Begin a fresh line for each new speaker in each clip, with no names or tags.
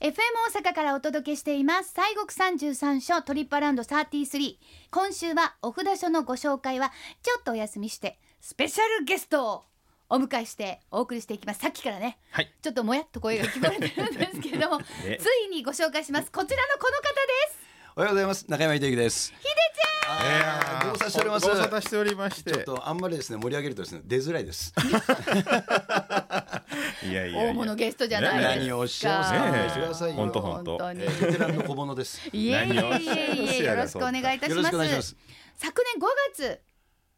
FM 大阪からお届けしています西国三十三所トリップアラウンド33今週はお札所のご紹介はちょっとお休みしてスペシャルゲストをお迎えしてお送りしていきますさっきからね、
はい
ちょっともやっと声が聞こえてるんですけれども
ね
ついにご紹介しますこちらのこの方です
おはようございます中山秀樹です秀ちゃんご無沙汰しております
ご無沙汰しておりまし。
ちょってとあんまりですね盛り上げるとですね出づらいです
いやいやいや
大物ゲストじゃないですか
何をおっしゃいますか
ねえ
してくださいよ
本当本当
え
に
ーベテランの小物です
いえいえい
何をおっしゃいます
えいえよろしくお願いいたし
よろ
ます
しくお願いします
昨年5月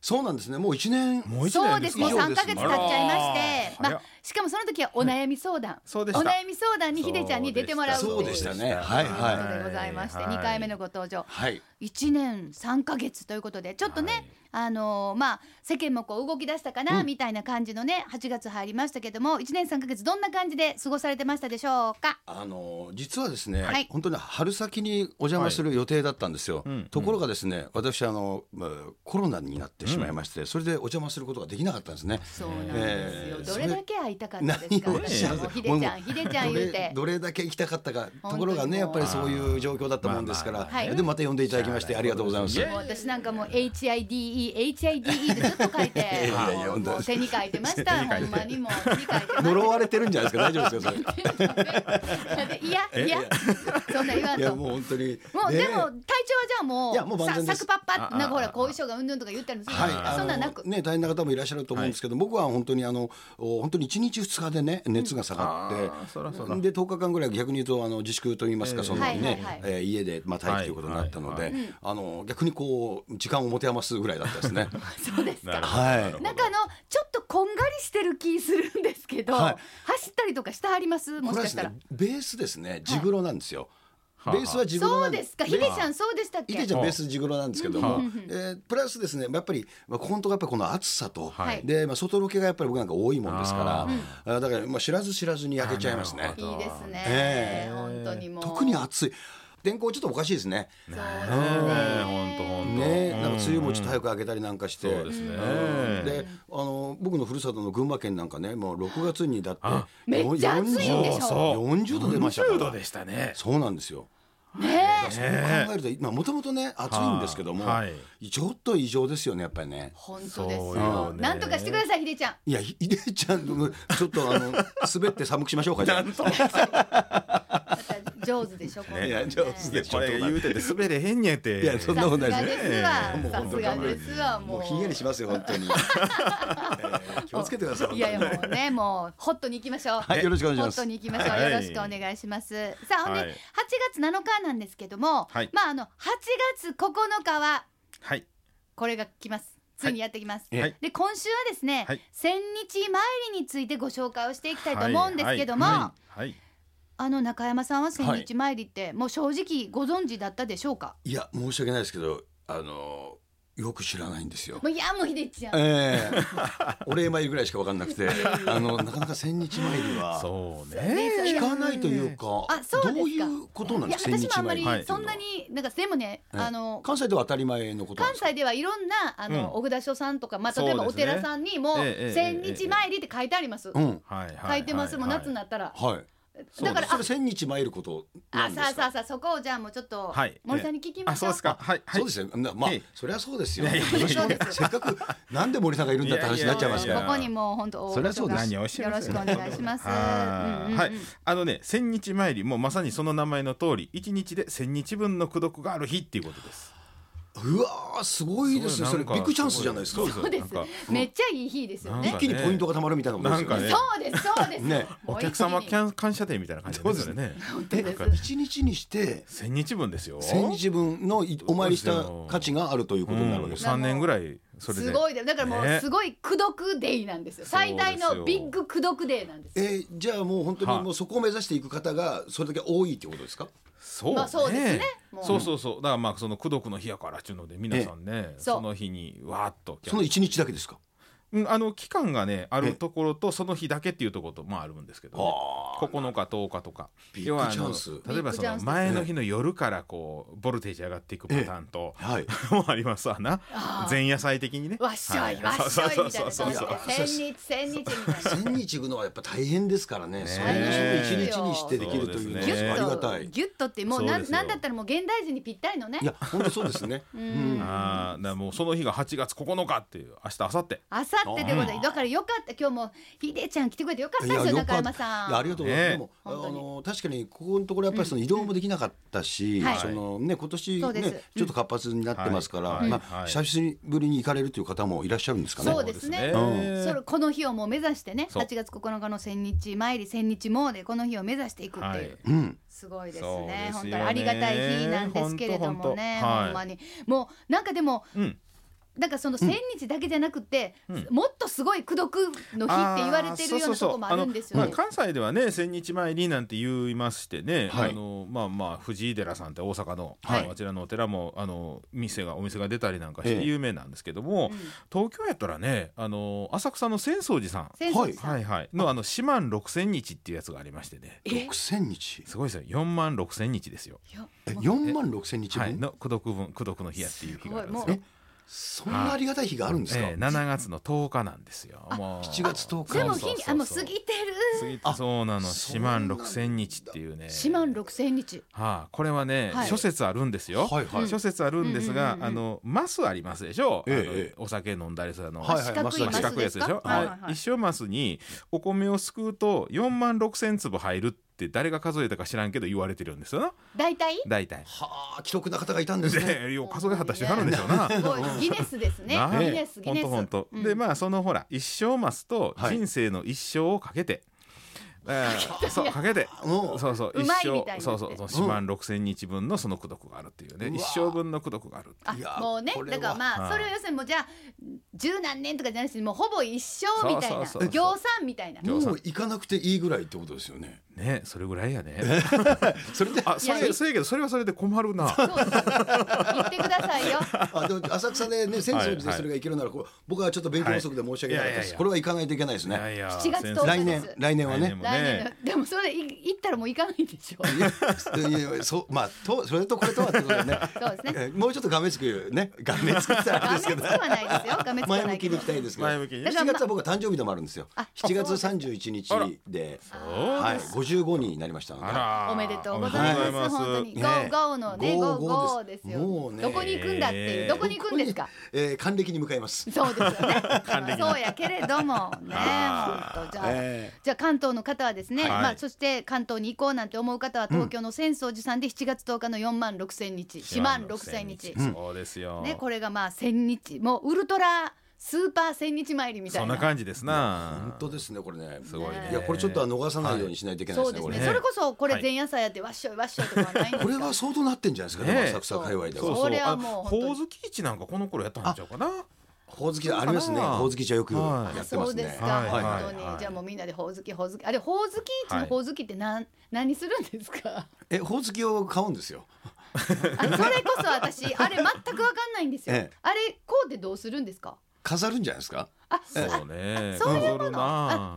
そうなんですねもう一年
もう一
そうで
年ですす
もう
か。
以
3
上です
ヶ月経っちゃいまして
あら
まあしかもその時はお悩み相談
そうで
お
した
悩み相談にひでちゃんに出てもらう
そうでした
とい
ねはい
というこ
は
とでございまして
はい
2回目のご登場
はい
1年3ヶ月ということでちょっとね、
はい
あのーまあ世間もこう動き出したかなみたいな感じのね8月入りましたけども1年3ヶ月どんな感じで過ごされてましたでしょうか
あの実はですね、
はい
本当に春先にお邪魔する予定だったんですよ、
いうん
ところがですね私あの、まあ、コロナになってしまいまして、それでお邪魔することができなかったんですね
そうなんですよ、
えー
どれだけ会いたかったですか
何
も
を
う
お
っしゃる
ひでちゃんひでちゃん言うて
どれどれだけ行きたかったか
本当にもう
ところがねやっぱりそういう状況だったもんですから、
まあ
まあはい
でまた呼んでいただきましてありがとうございます
いえ
もう私なんかもう HIDE、HIDE でずっと書いて、
やいや
もう
本当
もう手に書いてま した、ほんまにもう手に書いてました。
呪われてるんじゃないですか大丈夫ですよそれ
いや、 いや、そんな言わん
いや
と。
も
も
う本当に
うでも体調は
ね
じゃあもう
いやもう万全
さ
です
サクパッパ
あ
なんかほ
あ
ら
あ
後遺症がうんぬんとか言ったりもする
はい、
あそんなんな
の
く
ね、大変な方もいらっしゃると思うんですけど、僕は本当にあの、お本当に一日二日でね、熱が下がって。
あーそらそら
で、10日間ぐらい逆に言うと、あの自粛と言いますか、
ええ
その
はいはいは
ね
い、
えー家で、まあ、待機ということになったので。
はい
あの、逆にこう、時間を持て余すぐらいだった ですね。
そうです
なる
か
ほど
はい
なるほど
なんかあのちょっとこんがりしてる気するんですけど、
はい
走ったりとかしてはりますも
これ
しかし
はです
たら
ね、ベースですね、ジグロなんですよ。
はい
ベースはジグロ
そ
な
うんですか
ベ
ひで
ース
ちゃんそうでしたっけ
いでちゃんベース地黒なんですけども、
うん
えープラスですねやっぱり、まあ、ここのとこやっぱりこの暑さと、
はい
で、まあ、外ロケがやっぱり僕なんか多いもんですから
あ
あーだから、まあ、知らず知らずに焼けちゃいます
あ
ね
なる
いいですね、
ええ
本当にもう
特に暑い天候ちょっとおかしいですね
そうです
ね
ね
え本当本当。
ねなんか梅雨もちょ
く。
っと早く明けたりなんかして、
そうですね
うんであの僕のふるさとの群馬県なんかねもう6月にだって
あ
めっちゃ暑いんでしょ
40度出ましたから
40度でしたね。
そうなんですよ
ね
だからそう考えると今もともとね暑いんですけども、
はい
ちょっと異常ですよねやっぱりね
本当です
そう
よ
よね
なんとかしてくださいひでちゃん
いや、ひでちゃんの、ちょっとあの、滑って寒くしましょうか。じゃあ
と。
また上手でしょこんなの
いや上手で
これ言うてて滑れへんねて。
いやそんな
さ
こ
す
と
が
ないで
ですわ
もう
さ
本当
すがですわも
も
う
うひんやりしますよ、本 当に。えー気をつけてください。
いやいや
本当
もうねもうホットに行きましょう
はいよろしくお願いします
ホットに行きましょう
はい
よろしくお願いしますさあほんで8
はい
月7日なんですけども
はい
まああの8月9日は
はい。
これが来ますついにやってきます
に
はい
で今週はですね
はい
千日参りについてご紹介をしていきたいと思うんですけども
はいはいはい。
あの中山さんは千日参りってもう正直ご存知だったでしょうか
いや、申し訳ないですけど、あの、よく知らないんですよ
も。ういやもうひでちゃん
ええ お礼参りぐらいしかわかんなくて、あの、なかなか千日参りは。
そう
ね
ね。
そう
聞かないというか
あそうですか
どういうことなん
い
で
や
すか。
私もあんまり
はい
そんなになんかでもね、
ええ
あの
関西では当たり前のことな
関
んですか。
西ではいろんなあの、お札所さんとか、まあ、例えば
そ
お
うですね
寺さんにも
えええ
「千
え
日参り」って書いてあります、
うん、
はいは
書
い。
いてます、もう夏にな
な。
ったら、
はい。
だから
そうですそ
あ
れ千日参ることな
あ
んです
さ
か。
あさあさあそこをじゃあもうちょっと
はい
森さんに聞きま
あ
しょ
そう
う,、
ですか。はいはい。
そうですね。なまあ
ええ、
そりゃそうですよ。
いやいや
いやそうですよ
せっかく、なんで森さんがいるんだって話になっちゃいます
いやいやいや
か
ここにもう本当
そりゃそうです
何をおっしゃい
よ
ま
ろ
す
しくお願いします。うんうん
は
うん
いはい、あのね千日参りもまさにその名前の通り一日で千日分の功徳がある日っていうことです。
ら。うわー、すごいですね。それ、ビッグチャンスじゃないですか。
そうです
なんか
めっちゃいい日ですよね
なん
一
か
気にポイントが貯まるみたいなことですよ
なんかね
そうですそうです、
ね
も
お
う一気に
客様キャン感謝デーみたいな感じです
そう
よね。
当です
なんか
一日にして、
千日分ですよ。
千日分のいお参りした価値があるということになるわけです。
三年ぐらいそれです
ごいでだからもう
ね
すごい「功徳デイ」なんですよ最大のビッグ功徳デイなんですよ
えーじゃあもう本当にもうそこを目指していく方がそれだけ多いってことですか
そう
まあそうですねもう
そうそうそうだからまあその功徳の日やからっていうので皆さんね
そう
その日にわーっと
その一日だけですか
うん、あの期間がねあるところとその日だけっていうところとまああるんですけど、ね、
ああ
9日10日とか
ビッグチャンス
例えばその前の日の夜からこうボルテージ上がっていくパターンと、
はい
もありますわな
あー
前夜祭的にね
わっしょい、
は
わっしょいみたいな
そ
感
うそ
じ
うそ
で
うそ
千
う
日千日みたいな
千日行くのはやっぱ大変ですからね
ね
それを一日にしてできるというのは
そうですね
ありがたい
ギュッとってもうな
そうで
ん
すよ
なんだったらもう現代人にぴったりのね
いや本当そうですね
う
うん
ん
あーだからもうその日が8月9日っていう明日明後日
あさってでございますだからよかった今日もひでちゃん来てくれてよかったですよ
よ
中
かっ
山
た
さん
いやありがとうござ
ね
います、でもあ
本当に
の確かにここのところやっぱりその移動もできなかったし、
うんはい
そのね今年
そう
ね
です
ちょっと活発になってますから、
はい
ま
は
あ
い
久しぶりに行かれるという方もいらっしゃるんですかね
そうですね
そう
う
それこの日をもう目指してね
そう
8月9日の千日参り千日もうでこの日を目指していくっていう、
はい
うん
すごいです
そ
ね
うですよね
本当にありがたい日なんですけれどもね
ほんとほんとはい
ほんまにもうなんかでも
うん
なんかその千日だけじゃなくて、
うん
もっとすごい功徳の日って言われてるようなとこもあるんですよ
あ
ね
そうそうそうあのまあ関西ではね千日参りなんて言いましてね、
はい
あのまあまあ藤井寺さんって大阪の、
はい
あのあちらのお寺もあの店がお店が出たりなんかして
ええ
有名なんですけども、
うん
東京やったらねあの浅草の浅草寺さん
浅草寺さん
はいはいのあの四万六千日っていうやつがありましてね
え
六千日
すごいですよ四万六千日ですよ、
いや
え
もう
四万六千日分、
はい、の功徳分功徳の日やっていう日があるんです
すごい
よ
も
そんなありがたい日があるんですか、
ええ7月の10日なんですよ。もう
7月10日
でも
そ
日
うそうそう
にあもう過ぎて
過
る
ぎてそうなの
そ
四
うな
万
んだ
六千日っていうね
四万六千日
はあ、これはね、
はい
諸説あるんですよ、
はいはい
諸説あるんですが、
うんうんうんうん
あのマスありますでしょ、
ええ
あの
ええ
お酒飲んだりするあの、
はいはい
四角い
ま
マ
あ
ス
四
です
角い
か
やつでしょ、
はいはいは
あ
い
一生マスにお米をすくうと4万6千粒入るって誰が数えたか知らんけど言われてるんですよな
大体
大体。
はあ、既得な方がいたんですね。
でよう数えはった人なるんでしょうな。
すごいギネスですね
なあ
ギネスギ
ほ
ネ
ん
ス
とほんと、
うん
でまあそのほら一生マスと人生の一生をかけて、えーそうかけて
もう
そうそう
う
一
まいみたい
生
に
そ
な
う
って
そうそう四万六千日分のその功徳があるっていうね
うわ
一生分の功徳があるっていう
あ
いや
もうね
こ
だ
れは
からまあ
は
そ
い
れを要するにもうじゃあ十何年とかじゃなくてもうほぼ一生みたい
そう
な
そうそう
行さんみたいな
行
もう行かなくていいぐらいってことですよね。
ねそれぐらいやね
それで、あ
あそ
いや
れそれやけどそれはそれで困るな
そうそう言ってくださ いよ
でも浅草でね、浅
は
草
いは
寺で
い
それが行けるなら、こう僕はちょっと勉強不足で申し訳な
はいいや
かった
い
で
やい
す。
や
これは行かないといけないです
いや
ね。
いや
7月
先
10
生
日
来年
そうです、
来年は
来年
ね。
も
来年のでもそれい行ったらもう行かないでしょ
いやいやそうまあとそれとこれとはってことでね。
そうですね
えもうちょっと画面つくね、画面作ったら
画
あ
面
れで
つ
すけど
く。はないですよ画面つくは
前
な
向
いけ
き
ど
に行きたいですけど。
前向きに
だから
7
まあ
月は僕は誕生日でもあるんですよ。
あ
7月
そう
31日
あら
で、
そう
はい、55になりましたので。
あら
おめでとうございます
おめでとうござ
本当に
います
ゴ
ね
ーゴーのねゴ
ゴ
ーゴ
ーゴ
ー
ー
で
ですす
よ
もうね
どこに行くんだってい
え
う
ー
どこに行くん ですか
えー還暦に向かいます。
そうですよね
還暦
そうやけれどもね
あー
本当じゃあ、
え
じゃあ関東の方はですね、
はい
まあ、そして関東に行こうなんて思う方は東京の浅草寺さんで7月10日の4万6千日4万6千日、
うんそうですよ、
ね、これがまあ千日もうウルトラスーパー千日参りみた
そ
い
ん
な
な感じですな
本当ですね、これね。
すごいね
いやこれちょっとは逃さないようにしないといけないで
そうで
す
す
ね。これ
ね
ね
それこそこれ
はい
前夜祭やってわっしょいわっしょいとかはないんですか
これは相当なってんじゃないですか。でも
ねえ
浅草界隈で
そう
は。
それはもう
あほおずき市なんかこの頃やったんちゃうかな
ほおずきありま
そ
すね。
うかな
ほおずき茶よく
は
や
い
ってま
そう
す
で
ね。
すか、
はいはい
本当に、
はい
じゃあもうみんなでほおずきほおずきあれほおずき市のほおずきって何,、何するんですか
え、ほおずきを買うんですよ。
あそれこそ私あれ全くわかんないんですよ、
ええ
あれこうでどうするんですか
飾るんじゃないですか。
あ
そうね
そういうも
踊る
の、
な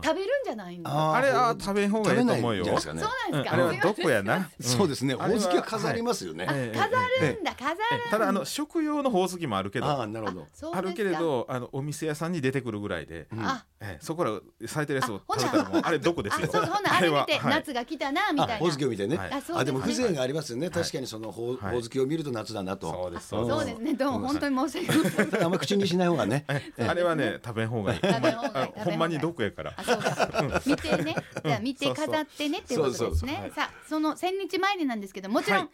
あ食べるんじゃないの。
あれは
ほ
食べん方
お
が
食
い
べ
いと
ない
思うんよ
じゃないですかね。
そう
う
なん
ん
ですか。
あれは
すいませ
ど
ん
こやな。
そうですね。
あれは
ほおずきは飾りますよね。
ええ
飾るんだ、飾るんだ。
ただあの食用のほおずきもあるけ
あ
ど
あ、なるほど。
そうですか
あるけれ。どあのお店屋さんに出てくるぐらいで、
うん
あ、
ええそこら咲いてるやつを
あ
食べたらもう
ほな
あれどこで
あ、
す
そう
よ
か、ほな、あれ見て、
はい
夏が来たなみ
あ
たい
ほおずき
な。
を見てね。
はい
あ、そう
あ、
で
でも
すね。
風情がありますよね。
はい
確かにそのほお
はい
ほおずきを見ると夏だな
そう
と。
です
あ
そ
そうう
で
ですすね、どうも、本当に申し訳ございません。
あんま口にしない方がね。
ええあれはね食べん方がいい
食べん方がいい
あほんまにどこやから
あ、そうか。見て ね、じゃあ見て
そうそう
飾ってねっていうことです
そうそうそ
ね
う。
さあ、その千日参りなんですけど、もちろ
は
ん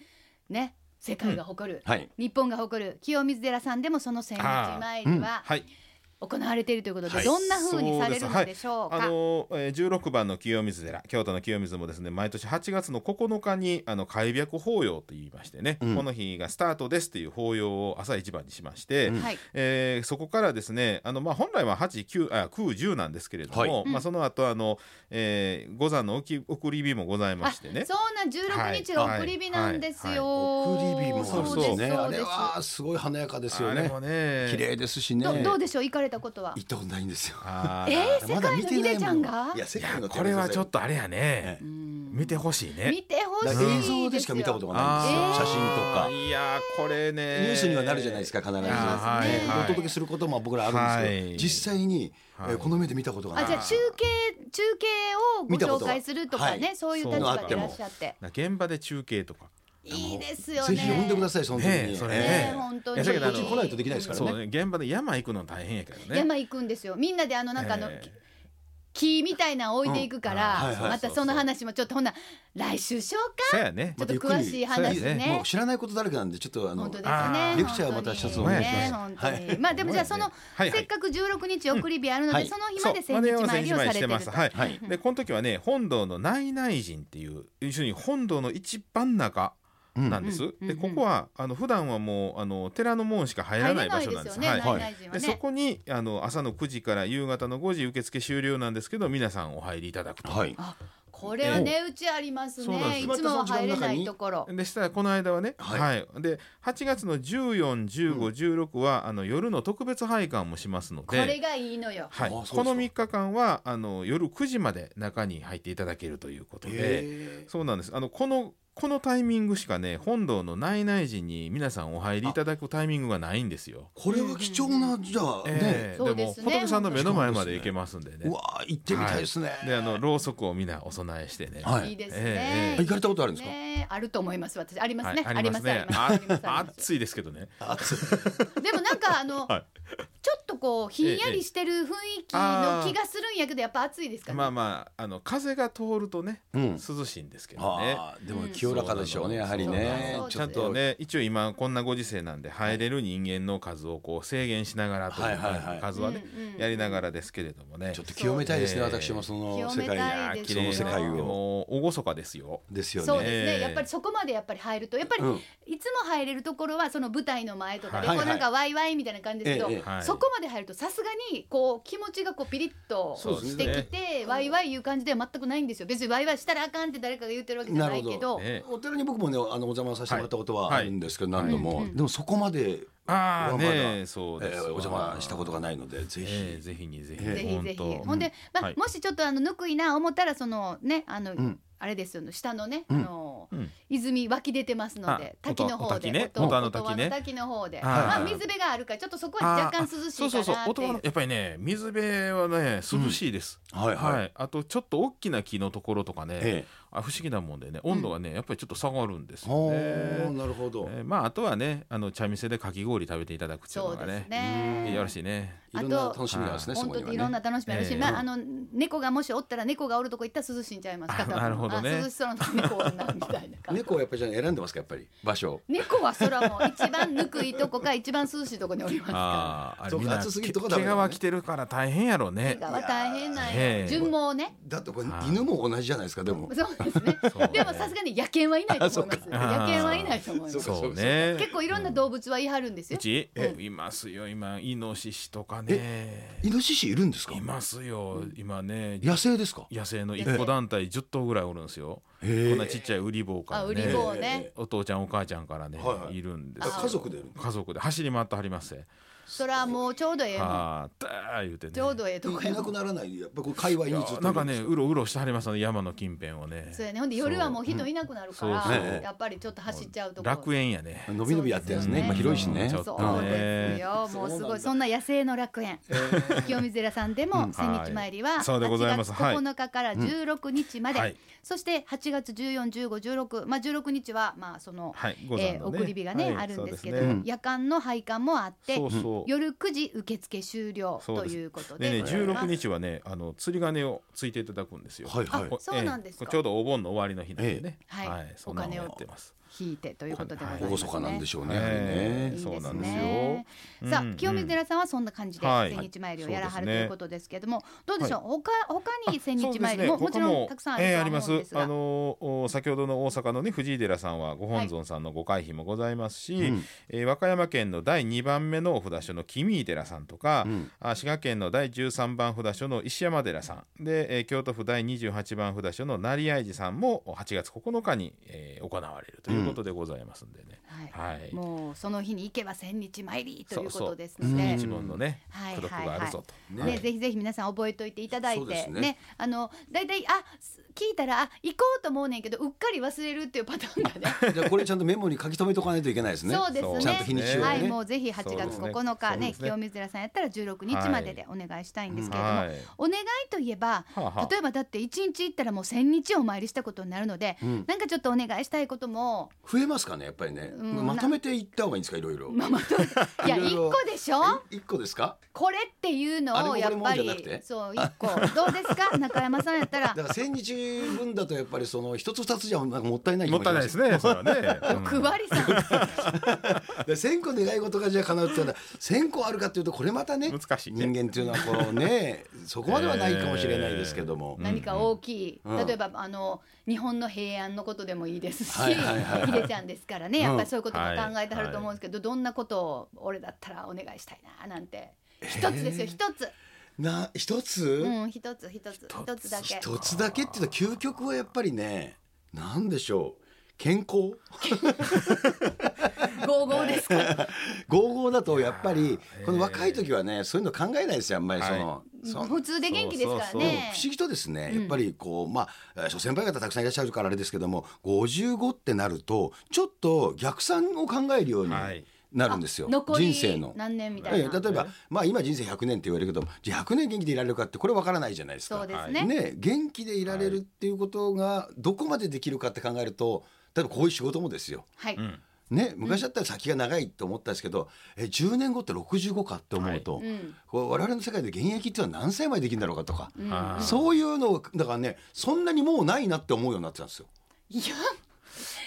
ね、世界が誇る。
はい。
日本が誇る清水寺さんでもその千日参りは
はい
行われているということで、
はい
どんな風にされる
そ
の
う
で
で
しょうか。
あのえー16番の清水寺京都の清水もですね毎年8月の9日にあの開白法要と言いましてね、
うん
この日がスタートですという法要を朝一番にしまして、
うん
はい。
えーそこからですねあの、まあ、本来は8、9、あ9、10なんですけれども、
はい
うん
まあ、その後あの、えー、五山の送り送り火もございましてね
あ。そうなん十六日が送り火なんですよ。
送り火もあ
そ
る
うんで
ですすね。
そ
あ
うで
れ
す。
はすごい華やかですよ
あれ
ね
も。ね
綺麗ですしね。
どどうでしょう行かれれたことは
行ったことないんですよ。
あー
えー、
ま
世
だ
界
見
の
て
ヒ
な
デ
いもの
ちゃんが
いや、世界の
これはちょっ
と。
とあれやね
え
うん
見てほしいね
見てほ
だ
しいで
か
す
ら
よ
映像でしか見たことがないん
えー
ですよ。写真と
あ
か
ー。いやーこれね
ニュースにはなるじゃないですか、必ず。
あーはい
ね
はい
お届けすることも僕らあるん
はい
ですけど、実際に、え
はい
ーこの目で見たことが
あじゃあ
ない。
中継中継をご
見たこ
紹
とは
介するとかね、
はい
そういう立場でいらっしゃって
な現場で中継とか
いいですよね
ぜひ呼んでくだ
さ
さい、その時に。
ねえそれ
ね
ね
え本当に
いやだけどあの
こっち
来ないとできないですからね
そうね現場で山行くの大変やけどね
山行くんですよみんなであのなんかあの、
えー
木みたいなの置いていくから、
うんはいはい
またその話もちょっとほな来週しようか
そうやね
ちょっと詳しい話ね
またゆっくりそうです
もう知らないことだらけなんで、ちょっとあ
本
の
当で。す
あ
ね
ー
レクチャーまた一つお願いします
本当にね本当に
はい
まあでもじゃあその、
はいはい
せっかく16日送り日あるので、
はい
その日
そ
ま
う
で千日参りをされてると、
までは千日参りしてますはい、
はい
でこの時はね本堂の内内陣っていう一緒に本堂の一番中なんです、
うんうん
でここはあの普段はもうあの寺の門しか入
入
らな
れ
い
な
場
い
所
で
なん
す
で
よ
す
ね、
はい
内々人は
で
ね
そこにあの朝の9時から夕方の5時受付終了なんですけど皆さんお入りいただくと、
はい。
あこれはねうちあります
そうなん
ね
です
いつもは入れないところ
でしたらこの間はね、は
はいい
で8月の141516は、あの夜の特別拝観もしますの
こ
で
れがいいのよ
はい、
あそうですか
この3日間はあの夜9時まで中に入っていただけるということで、
えー
そうなんですあのこのこのタイミングしかね本堂の内々時に皆さんお入りいただくタイミングがないんですよ。
これは貴重な、じゃあ、ね。
ええ
そう
で
で
も
すね
仏さんの目の前まで行けますんでね
うわー、行ってみたいですね。
であのろうそくを皆お供えしてね、
はい
いですね、
ええ
行かれたことあるんですか
ねあると思います私あります
は
ね、
いありますね
ありますありますあります
暑いですけどね
でもなんかあの、
はい
ちょっとこうひんやりしてる雰囲気の気がするんやけどやっぱ暑いですかね、
まあまああの風が通るとね
うん。
涼しいんですけどね。
ああ、でも清らかでしょうね、やはり
そ
ね
うな。の
ちゃんと。ね一応今こんなご時世なんで入れる人間の数をこう制限しながらという
はいはいはい
数はね
うんうん
やりながらですけれどもね
ちょっと清めたいですね、
そう
私もその
清
世
め
界
た
に。
いです
綺
よ
麗な
その世界を
もう厳かですよ。
ですよね。
そうですね、
ええ
やっぱりそこまでやっぱり入るとやっぱり、
うん
いつも入れるところはその舞台の前とかで、
はい
こうなんかワイワイみたいな感じですけど、
えええ
えはい
そこまで入るとさすがにこう気持ちがこうピリッと
そうです
して
ね
きて、ワイワイいう感じでは全くないんですよ別にワイワイしたらあかんって誰かが言ってるわけじゃないけ
なる
ど
ね
お寺に僕もねあのお邪魔させてもらったことは
はい
あるんですけど、何度も、
うんうん
でもそこまで、
ああ
まだ
ねそうで
え
す
ー
わ。
お邪魔したことがないのでぜひ、
ええぜひにぜひ
ええ
ぜひぜひ
本当
ほんで、まあ
はい
もしちょっとあのぬくいな思ったらそのねあの、
ん
あれですよね下のね、
うん
あの
うん
泉湧き出てますので
あ
滝の
お
方
滝
で
ね
音
音羽の滝ね
音羽の滝の方で、
はい
まあ、水辺があるからちょっとそこは若干涼しいかなっていう
そうそうそう音はやっぱりね水辺はね涼しいです、
はいはい、
はいあとちょっと大きな木のところとかね、
ええ
あ不思議なもんでね温度がね、やっぱりちょっと下がるんですよ
ほ
ね、
ーなるほど、
えーまああとはねあの茶店でかき氷食べていただくっていう
そ
の
う
が
です
ね
ね
よろしいね
あ
い
と
ろんな楽しみがあるんですねそ
本
こ
当
に
にいろ
は
ん
ね
な楽しみあるし、
ええ
まああの猫がもしおったら猫がおるとこ行ったら涼しいんちゃいますか
あなるほどね
あ涼しそうなとこ猫おるなみたいな感 じ
猫はやっぱりじゃあ選んでますかやっぱり場所
猫はそらもう一番ぬくいとこか一番涼しいとこにおりますか
あーあれ
そう
みんな
暑すぎるとこ
け
ダメ
毛
だもんね
皮着てるから大変やろう
ら
ね
毛が大変なん
え
よ
え
順毛ね
だってこれ犬も同じじゃないですかでも
そうですね。 でもさすがに野犬はいないと思います。
あそっか
野犬はいないと思います。
そう
そうね
結構いろんな動物は言い張るんです
う
よ。
ち、
え
いますよ今イノシシとかね
イノシシいるんですか
いますよ今ね
野生ですか
野生の一個団体10頭ぐらいおるんですよ、
へー
こんなちっちゃいウリ坊から
あ、
ね
売り棒ね。
お父ちゃんお母ちゃんからね、
はい
い
はい
るんですよ
あ家族でいる
家族で走り回ってはりますね
それはもうちょうどええの。
はあだー言うてね
ちょうどええとこや
いなくならないやっぱこう界隈にずっといる
なんかねうろうろしてはりますね山の近辺をね
そうやね。ほんで夜はもう人いなくなるか
そう
そうそ
ら、
う
やっぱりちょっと走っちゃうとこ。
楽園やね
伸び伸びやってるんです
そう
ね
ですね
まあ広いしね
ちょっと
そうで
ね
すよ。もうすご
そうないんだ
そんな野生の楽園。清水寺さんでも千日参り
は
はい
そうでございますはい
8月9日から16日ま
は
で
い。
そして8月14、15、16、まあ16日はまあその
はい
え
ござ
ー送り火がねあるんですけど
そうね
夜間の拝観もあって
そうそう
夜9時受付終了
そう
と
です
いうこと
で
で
ね
ございます
16日はねあの釣り鐘をついていただくんですよ
はいはい
あそうなんですか
ええちょうどお盆の終わりの日なんでね、
ええはい
そんなの
お金を
やってます
引いてということでございますね。
厳かなんでしょうね、
え
いいで
え
す
そ
ね
うなんですようん
さあ清水寺さんはそんな感じで
はい
千日参りをやらは
そう
ると
ですね
いうことですけれども、どうでしょう。他他に千日参り
そ
も
う
も
です
ち
ね
ろ
他
んたくさんある
ええ
と
あ
は
りま
思うんですすが、
あのお先ほどの大阪のね藤井寺さんはご本尊さんのご会費もございますし、えー和歌山県の第2番目のお札所の君井寺さんとか、
うん
あ滋賀県の第13番札所の石山寺さんで、えー京都府第28番札所の成合寺さんも8月9日に、えー行われるということでございますんでね。
はい
はい
もうその日に行けば千日参りということです
そう
の
そう
で
千日本のね
はい
功徳があるぞと。
はいはい
ね、ぜひぜひ皆さん覚えといていただい
そう
て
で
ね
すね
あのだいたいあす聞いたらあ行こうと思うねんけどうっかり忘れるっていうパターンが ね
じゃあこれちゃんとメモに書き留めとかないといけないですね。
そうですね
ちゃんと日にちをね。
はいもうぜひ8
そうで
月
すね
9日ね
そうですね
清水寺さんやったら16日まででお願いしたいんですけれども、
はい
お願いといえば
はあはあ
例えばだって1日行ったらもう1,000日お参りしたことになるので、
うん
なんかちょっとお願いしたいこと も
増えますかねやっぱりね。
うん
まとめていった方がいいんですかいろいろ。
まあまあいや
いろい
1
ろ
個でしょ
え一個ですか？
これっていう
あ
のをやっ
れもこれも
ぱ
じゃなくて
りそう1個どうです か中山さんやったら
だから千日分だとやっぱりその一つ二つじゃなんかもったいない気
もっ
した
いないですね。それはね。 うん
欲張りさん
で千個願い事がじゃあ叶うって言ったら千個あるかっていうとこれまたね
難しいね
人間っていうのはこう ねそこまではないかもしれないですけども、
何か大きい、
うん
例えばあの日本の平安のことでもいいですし、
はいはいはいはい
ヒデちゃんですからねやっぱりそういうことも
うん
考えてはると思うんですけど、どんなことを俺だったらお願いしたいななんて一つですよ一つ、
な一つ、
うん一つ一つ一つだけ
一つだけっていうと究極はやっぱりねなんでしょう健康
ゴーゴーですか
ゴーゴーだとやっぱりこの若い時はねそういうの考えないですよあんまりその、その
普通で元気ですから
そうそう
ね
不思議とですね、やっぱりこうまあえー諸先輩方たくさんいらっしゃるからあれですけども55ってなるとちょっと逆算を考えるように
はい
なるんですよ、
残
人
り
生の。
何年みたいな、
ええ例えば、まあ、今人生100年って言われるけどじゃあ100年元気でいられるかってこれわからないじゃないですか。
そうです
ね
ね
元気でいられるっていうことがどこまでできるかって考えると例えばこういう仕事もですよ。
はい、
うん
ね、昔だったら先が長いと思ったんですけど、え10年後って65かって思うと、
うん
こう我々の世界で現役っていうのは何歳までできるんだろうかとか、
うん
あー
そういうのをだからねそんなにもうないなって思うようになってたんですよ。
いや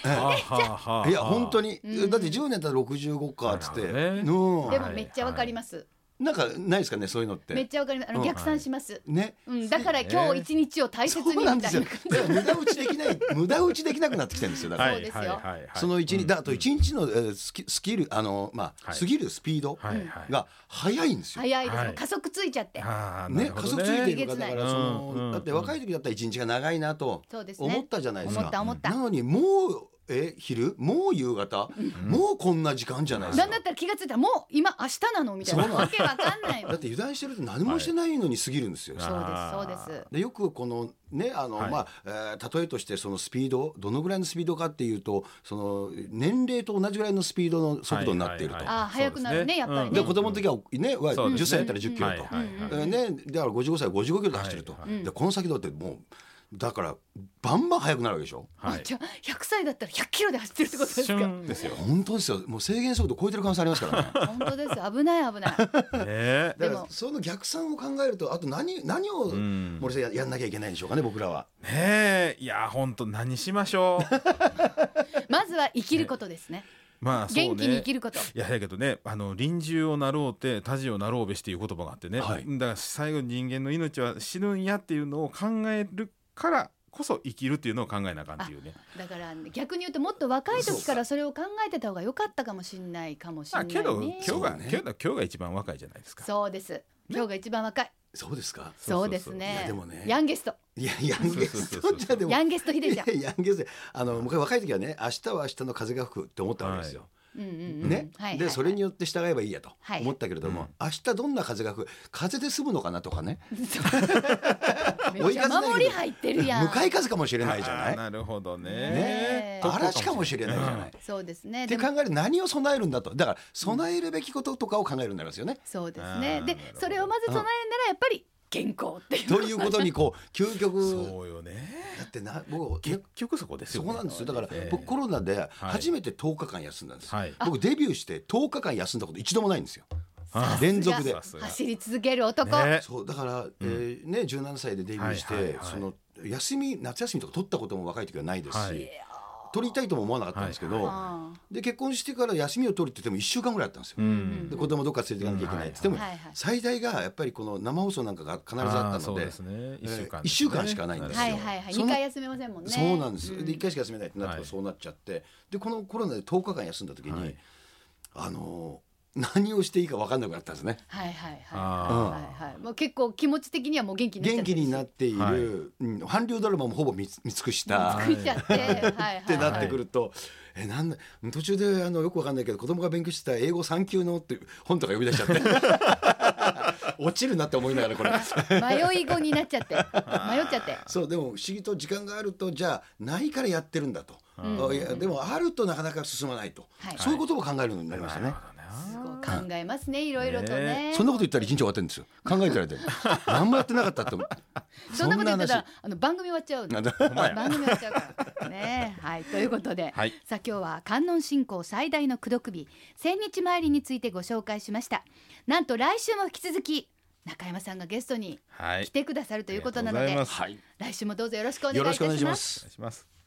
はあはあはあ
いや本当に、
うん
だって10年だったら65かっつって、
なるほ
うん
でもめっちゃわかります、
なんかないですかねそういうのっ
め
て
っ。ちゃわかりますあの
うん
逆算します、
ね、
うん、だから今日一日を大切
そ
にみ
う
た
ないん
な
ですよ。
感
だ
じ
から無駄打ちできない、無駄打ちできなくなってきてるんですよ。だから、
はい
そうですよ
はいはいはい
その一日、だあと一日の、えースキスキル、あの、まあ、
はい
過ぎるスピード
はいはい
が速いんです よ。
早いですよ、
はい
加速ついちゃって
あーな
ね、
るほど
加速ついているから、だから、そ
うんうん
の、だって若い時だったら一日が長いなと
そうですね
思ったじゃないです
思った
か。
思った、
なのに、もう、え、昼、もう夕方、もうこんな時間じゃないです
なん
か
だ。ったら気がついたらもう今明日なのみたいな
そうなん
わけわかんないよ
だって油断してると何もしてないのに過ぎるんですよ。
はい
そうですそうです
でよくこのねあの、
はい
まあえー例えとしてそのスピードどのぐらいのスピードかっていうとその年齢と同じぐらいのスピードの速度になっていると、
は
あー
そうです
早くなるねやっぱりね
うん
で子供の時は、ねは
そうですね
10歳だったら10キロと、
はいはいはい
うんうんうん
ね、だから55歳は55キロで走ると、
はい
はい
でこの先だってもうだからバンバン速くなるわけでしょ
あじゃあ100歳だったら100キロで走ってるってことです
シ
か
ュンですよ。
本当ですよもう制限速度超えてる可能性ありますからね。
本当ですよ危ない危 ない
ね
で
だ
も
からその逆算を考えるとあと何何を
ん
森さんややんなきゃいけないんでしょうかね僕らは。
ねえいや本当何しましょう。
まずは生きることですね
まあそうね。
元気に生きること
いやだけどねあの臨終をなろうて他事をなろうべしっていう言葉があってね、
はい
だから最後に人間の命は死ぬんやっていうのを考えるからこそ生きるっていうのを考えなあかんっていうね。
だから逆に言うともっと若い時からそれを考えてた方が良かったかもしれないかもしれ
あ
ない
けど今
ね
日が、
そうね
けど今日が一番若いじゃないですか。
そうです今日が一番若い
そうですか
そ
そうそうそう
うですね
いやでもね
ヤンゲスト
いやヤンゲストじゃでも
ヤンゲストヒデちゃん
いやヤンゲストあの僕は若い時はね明日は明日の風が吹くって思ったわけですよ。
うんうんうん
ね、
はい
でそれに
よ
よって従えばいいやと
はい
思ったけれども、
うん
明日どんな風が吹く風で済むのかなとかね
めっちゃ守り入ってるやん
向かい風かもしれないじゃ
あー
ない。
なるほどね。
ねえ
特攻
嵐かもしれないじゃない。っ
そうですね
て
でも
考えると何を備えるんだとだから備えるべきこととかを考えるんだりますよね。
そうです
あ
ね
ー
で
なるほど
それをまず備えるならやっぱり健康っていう
ということに こう究極
そうよね。
だってな僕
結局そこです
そ
よ、ね。
こなんですよだから
ええ
僕コロナで初めて10日間休んだんですよ、
はい
僕デビューして10日間休んだこと一度もないんですよ
あ
連続で
さすが
走り続ける男、
ね
そうだから、えーね、17歳でデビューして、
はいはいはい
その休み夏休みとか取ったことも若い時はないですし、
はい
取りたいとも思わなかったんですけど、
あ
で結婚してから休みを取るって言っても1週間ぐらいあったんですよ。
うん
で子供どっか連れていかなきゃいけないって言っても、
うんはいはいはい
最大がやっぱりこの生放送なんかが必ずあ
あー
った
そ
の
う
で
ですね。一週間、
えー一週間しかないん
ー
ですよ
はいはいはい
その
二回休めませんもんね
そうなんです、
うん
で1回しか休めないってなって
はい
そうなっちゃって、でこのコロナで10日間休んだ時に、
はい
あのー何をしていいか分かんなくなったんですね。
はいはいはい
あ
はいはいもう結構気持ち的にはもう元気になっちゃ
元
って
気
る
になっている、
はい
うん、韓流ドラマもほぼ見つ見尽くした。
作っちゃってはいはい
ってなってくると、えなんだ途中であのよくわかんないけど子供が勉強してた英語三級のって本とか読み出しちゃって落ちるなって思いながらこれ
迷い子になっちゃって迷っちゃって
そうでも不思議と時間があるとじゃあないからやってるんだと、
ん
あいやでもあるとなかなか進まないと、
はい
そういうことも考えるようになりましたね、
すごい考えますねいろいろとね
ね
そんなこと言ったら一日終わってるんですよ考えてられて何もやってなかったって
そんなこと言ってたら
そ
あの番組終わっちゃうの
んな話
ほんまや
番組終わっちゃうからねはいということで、
はい
さあ今日は観音信仰最大の功徳日千日参りについてご紹介しましたなんと来週も引き続き中山さんがゲストに
はい
来てくださるということなの
あり
で
がとうございます
はい
来週もどうぞよろしくお願いい
よろ
た
しくお願い
し
しま
ます
す
お願いします